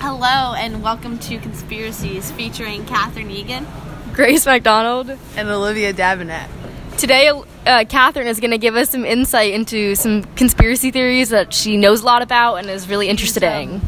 Hello and welcome to Conspiracies featuring Katherine Egan. Grace McDonald. and Olivia Davenant. Today, uh, Catherine is going to give us some insight into some conspiracy theories that she knows a lot about and is really interested in.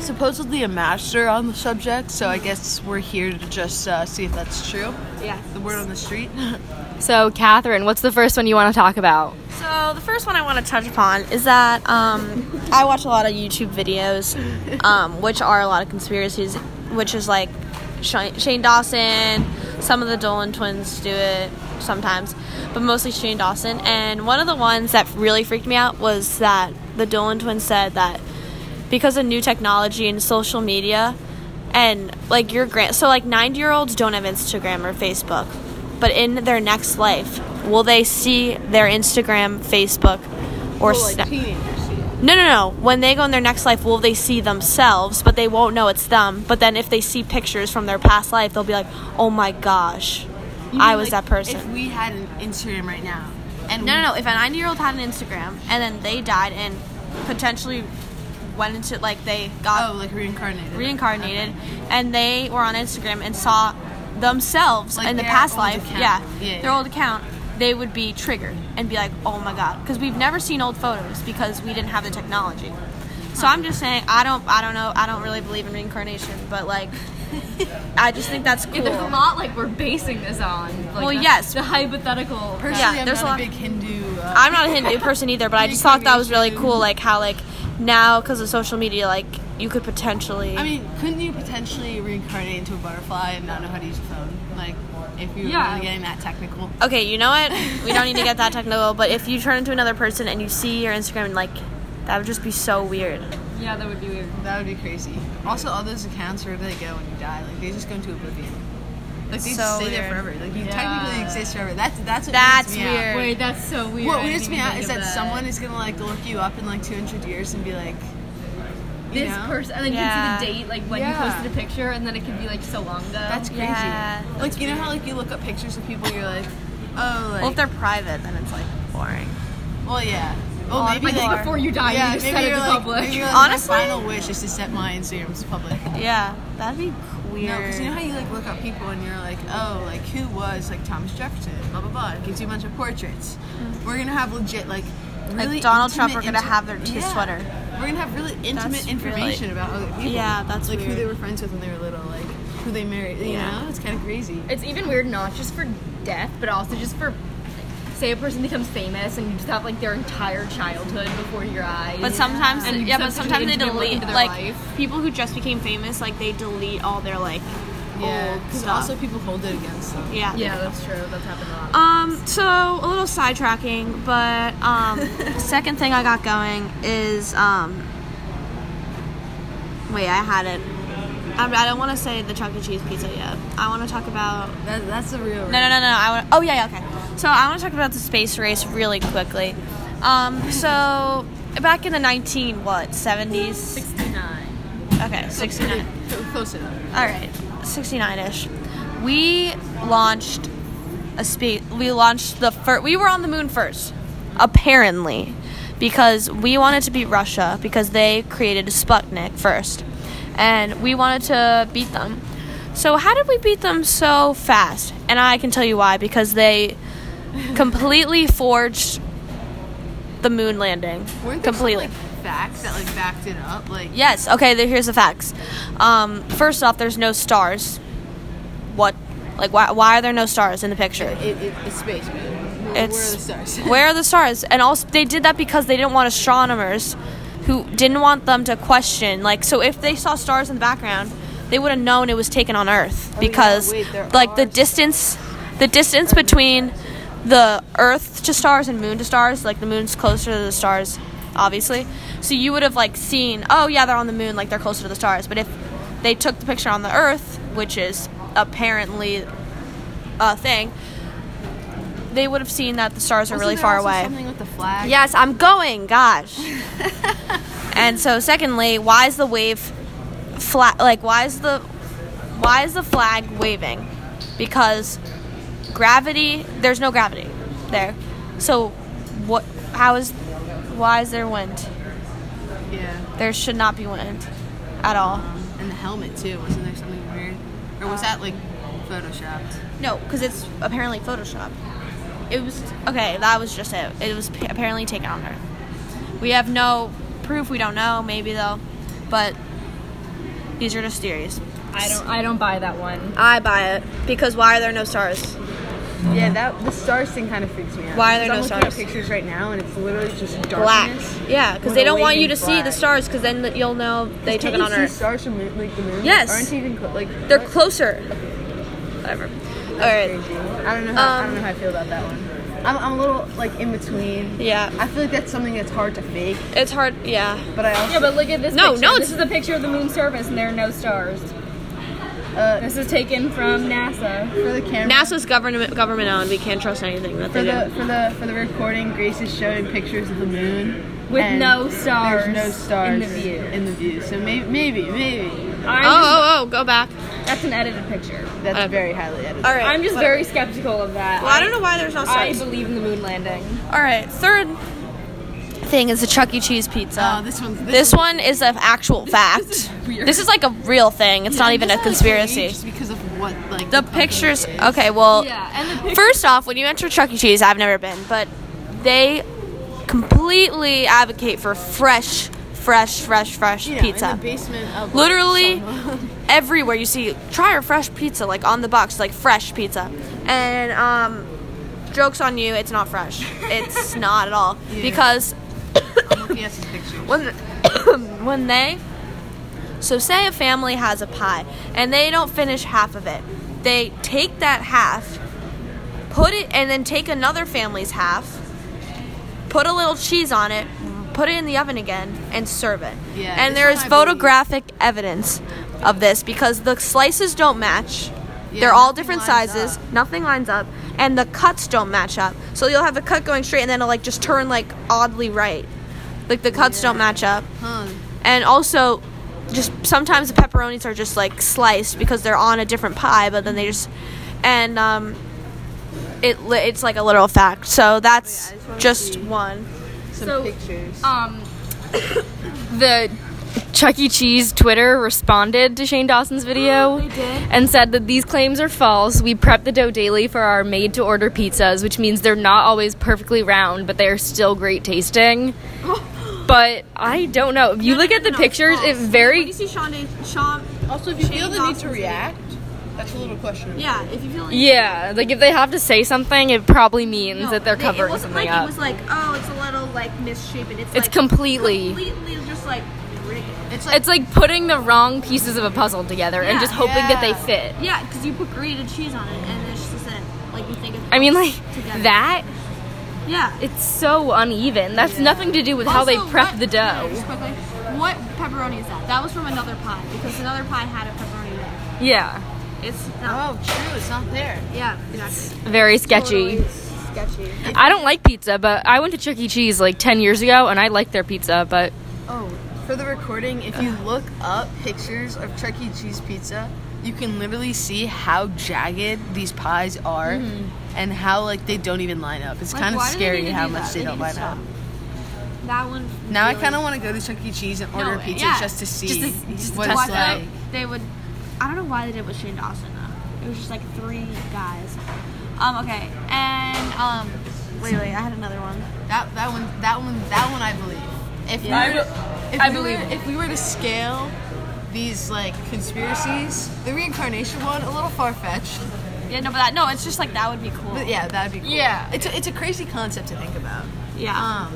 Supposedly a master on the subject, so I guess we're here to just uh, see if that's true. Yeah. The word on the street. So, Catherine, what's the first one you want to talk about? So the first one I want to touch upon is that um, I watch a lot of YouTube videos, um, which are a lot of conspiracies, which is like Shane Shane Dawson. Some of the Dolan twins do it sometimes, but mostly Shane Dawson. And one of the ones that really freaked me out was that the Dolan twins said that because of new technology and social media and like your grand so like 90 year olds don't have instagram or facebook but in their next life will they see their instagram facebook or Snap- no no no when they go in their next life will they see themselves but they won't know it's them but then if they see pictures from their past life they'll be like oh my gosh i was that person If we had an Instagram right now, and no, no, no. If a 90 year old had an Instagram and then they died and potentially went into, like, they got oh, like reincarnated, reincarnated and they were on Instagram and saw themselves Like in the their past old life, account. yeah, Yeah, their yeah. old account, they would be triggered and be like, "Oh my god," because we've never seen old photos because we didn't have the technology. So I'm just saying, I don't, I don't know, I don't really believe in reincarnation, but like, I just think that's cool. lot like we're basing this on. Like, Well, the- yes. the hypothetical. Personally, Yeah, I'm there's not a a, lot- big Hindu. Uh, I'm not a Hindu person either, but I just thought that was really cool, like how like now because of social media, like you could potentially. I mean, couldn't you potentially reincarnate into a butterfly and not know how to use a phone? Like, if you were Yeah. really getting that technical. Okay, you know what? We don't need to get that technical, but if you turn into another person and you see your Instagram and like that would just be so weird. Yeah, that would be weird. That would be crazy. Also, all those accounts, where do they go when you die? Like, they just go into oblivion. Like, they So just stay there weird. forever. Like, you Yeah. technically exist forever. That's that's what That's weirds me out. weird. Wait, that's so weird. What weirds me out is that, someone is gonna like look you up in like 200 years and be like, you this know? person, and then Yeah. you can see the date, like when you Yeah. posted a picture, and then it could be like so long ago. That's crazy. Yeah, Like, you know how like you look up pictures of people, you're like, oh, like, Well, if they're private, then it's like boring. well, yeah. Well, Like, maybe like like, before you die, yeah, you just maybe said it you're to like, public. maybe you're like, Honestly- my final wish is to set my Instagrams public. Yeah, that'd be weird. No, because you know how you like look up people and you're like, oh, like who was like Thomas Jefferson? Blah blah blah. It gives you a bunch of portraits. We're gonna have legit like really Mm-hmm. Donald Trump, intimate we're gonna inti- have their- his Yeah. sweater. We're gonna have really intimate That's information about other people. Yeah, that's like who weird. they were friends with when they were little, like who they married. You know, it's kind of crazy. It's even weird not just for death, but also just for say a person becomes famous and you just have like their entire childhood before your eyes. but sometimes, yeah, And but such an sometimes they intimate look delete into their like life. people who just became famous, like they delete all their like Yeah, old because stuff. also people hold it against them. yeah, yeah, that's true. That's happened a lot. Um, so a little sidetracking, but um, second thing I got going is um, wait, I had it. I, I don't want to say the Chuck E. Cheese pizza yet. I want to talk about That, that's the real. Uh, no, no, no, no. I want. Oh yeah, yeah, okay. So I want to talk about the space race really quickly. Um, so back in the nineteen what seventies? Sixty-nine. Okay, sixty nine. Close enough. All right, 69-ish. We launched a space. We launched the first. We were on the moon first, apparently, because we wanted to beat Russia because they created Sputnik first, and we wanted to beat them. So how did we beat them so fast? And I can tell you why because they completely forged the moon landing. Weren't there some, completely. like, facts that like backed it up? Like Yes. Okay. There, here's the facts. Um, first off, there's no stars. What? Like, why, why are there no stars in the picture? it, it, it's space, man. Where, It's- where are the stars? Where are the stars? And also, they did that because they didn't want astronomers who didn't want them to question. Like, so if they saw stars in the background, they would have known it was taken on Earth Oh, yeah, because, wait, there like, the are distance, the distance between the Earth to stars and Moon to stars, like the Moon's closer to the stars, obviously. So you would have like seen, oh yeah, they're on the Moon, like they're closer to the stars. But if they took the picture on the Earth, which is apparently a thing. They would have seen that the stars are Wasn't really there far also away. Something with the flag. Yes, I'm going. Gosh. and so, secondly, why is the wave flat? Like, why is the why is the flag waving? Because gravity. There's no gravity there. So, what? How is? Why is there wind? Yeah. There should not be wind at all. um, And helmet too. Wasn't there something weird, or was that like photoshopped? No, because it's apparently Photoshop. It was okay. That was just it. It was p- apparently taken on Earth. We have no proof. We don't know. Maybe though, but these are just theories. I don't. I don't buy that one. I buy it because why are there no stars? Yeah, that the stars thing kind of freaks me out. Why are there 'Cause no I'm looking at stars? pictures right now, and it's literally just Black. darkness. Yeah, because With they a don't want you to wavy see the black. stars because then you'll know they took Can't it you on see Earth. stars from the- like the moon? Yes. Aren't you even clo- like They're what? closer. Whatever. All That's right. crazy. I don't know. How, I Um, don't know how I feel about that one. I'm, I'm a little like in between. Yeah. I feel like that's something that's hard to fake, It's hard. Yeah. but I also Yeah, but look at this. No, picture. no, This it's- is a picture of the moon's surface, and there are no stars. uh, This is taken from NASA. for the camera. NASA's government government owned. We can't trust anything that for they the do. Oh, for the for the recording, Grace is showing pictures of the moon With and no stars There's no stars in the view. in the view. So maybe maybe maybe I'm Oh, oh, oh! Go back. just- that's an edited picture. that's Okay. very highly edited. All right. I'm just What- very skeptical of that. Well, I don't know why there's no I stars. believe in the moon landing. All right. Third thing is the Chuck E. Cheese pizza. Oh, this one's this, This one is an actual fact. is This is, weird. like a real thing. It's not even a conspiracy. just because of what like the pictures. Okay, well, Yeah, and the picture. first off, when you enter Chuck E. Cheese, I've never been, but they completely advocate for fresh, fresh, fresh, fresh yeah, pizza. in the basement of Literally someone. everywhere you see try our fresh pizza like on the box like fresh pizza and um jokes on you it's not fresh it's not at all Yeah. because yes, it's pictures. when when they so say a family has a pie and they don't finish half of it they take that half put it and then take another family's half put a little cheese on it put it in the oven again and serve it Yeah, and this there one is I believe. photographic evidence of this because the slices don't match Yeah, they're all nothing different lines sizes up. nothing lines up and the cuts don't match up so you'll have a cut going straight and then it'll like just turn like oddly right like the cuts don't match up Huh. and also just sometimes the pepperonis are just like sliced because they're on a different pie but then they just and um it li- it's like a literal fact so that's Oh, yeah, I just wanna just see. one Some So, pictures. uh, Um, the Chuck E. Cheese Twitter responded to Shane Dawson's video and said that these claims are false. We prep the dough daily for our made to order pizzas, which means they're not always perfectly round, but they are still great tasting. But I don't know. If you look at the pictures, it very. see Sean, Sean also, if you feel the need to react, that's a little questionable. yeah if you feel Yeah, like if they have to say something, it probably means that they're covering it wasn't something like up. it was like oh it's a little like misshapen it's, It's like, completely- completely just like rigged. It's it's like putting the wrong pieces of a puzzle together and Yeah. just hoping that they Yeah. fit. yeah because you put grated cheese on it and it's just isn't like you think it's I mean, like together. that. yeah It's so uneven. That's nothing to do with how they Also, prep what- the no, dough. just quickly, what pepperoni is that? That was from another pie because another pie had a pepperoni in it. Yeah. It's not. oh, true. It's not there. Yeah, exactly. Very sketchy. Totally sketchy. I don't like pizza, but I went to Chuck E. Cheese like 10 years ago and I liked their pizza, but Oh, for the recording, if you look up pictures of Chuck E. Cheese pizza, you can literally see how jagged these pies are and how like they don't even line up. It's Mm-hmm. Like, kind of why do they need scary to how do much that? they, They don't need to line up. That one. Now I really- kind of want to go to Chuck E. Cheese and order No, a pizza yeah. just to see Just to- just to what test it's why it like. they, they would. I don't know why they did it with Shane Dawson though. It was just like three guys. Um. Okay. And um. Wait, wait. I had another one. That that one that one that one I believe. If Yeah. I we were, to- if I we believe were, it. if we were to scale these like conspiracies, the reincarnation one a little far fetched, Yeah. No, but that. No, it's just like that would be cool. but yeah, that'd be cool. Yeah. it's a, it's a crazy concept to think about. Yeah. Um,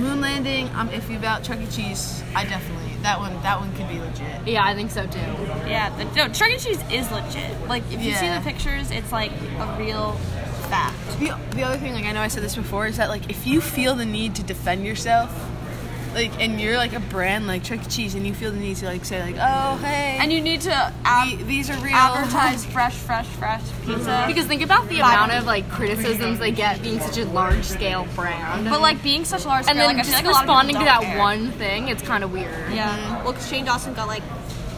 moon landing, I'm iffy about Chuck E. Cheese. I definitely that one that one could be legit. yeah, I think so too. Yeah, the, no, Chuck E. Cheese is legit. Like, if you see Yeah. the pictures, it's like a real fact. The, the other thing, like I know I said this before, is that like if you feel the need to defend yourself, like and you're like a brand like Chuck E. Cheese, and you feel the need to like say like, oh hey, And you need to the- ab- these are real. advertise fresh, fresh, fresh Mm-hmm. pizza. Because think about the amount of like criticisms they get being such a large scale brand. but, like, being such large and scale, then like, just I feel like a lot of people responding to don't that care. one thing, it's kind of weird. Mm-hmm. Yeah. Well, 'cause Shane Dawson got like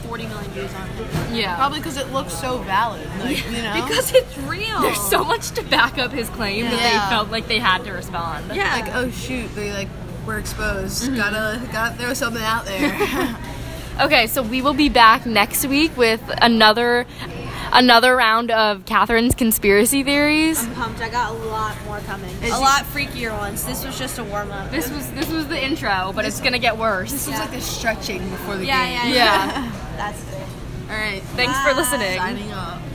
40 million views on it. Yeah. Probably because it looks so valid, like you know. Because it's real. There's so much to back up his claim that Yeah. they felt like they had to respond. Yeah. Mm-hmm. like oh shoot, they like we're exposed. Gotta gotta throw something out there. Okay, so we will be back next week with another another round of Catherine's conspiracy theories. pumped. I got a lot more coming. Is a it- lot freakier ones. This was just a warm up. This was this was the intro, but it's gonna get This worse. was like the stretching before the Yeah, yeah, game. Yeah. That's it. All right. Thanks for listening. Signing off.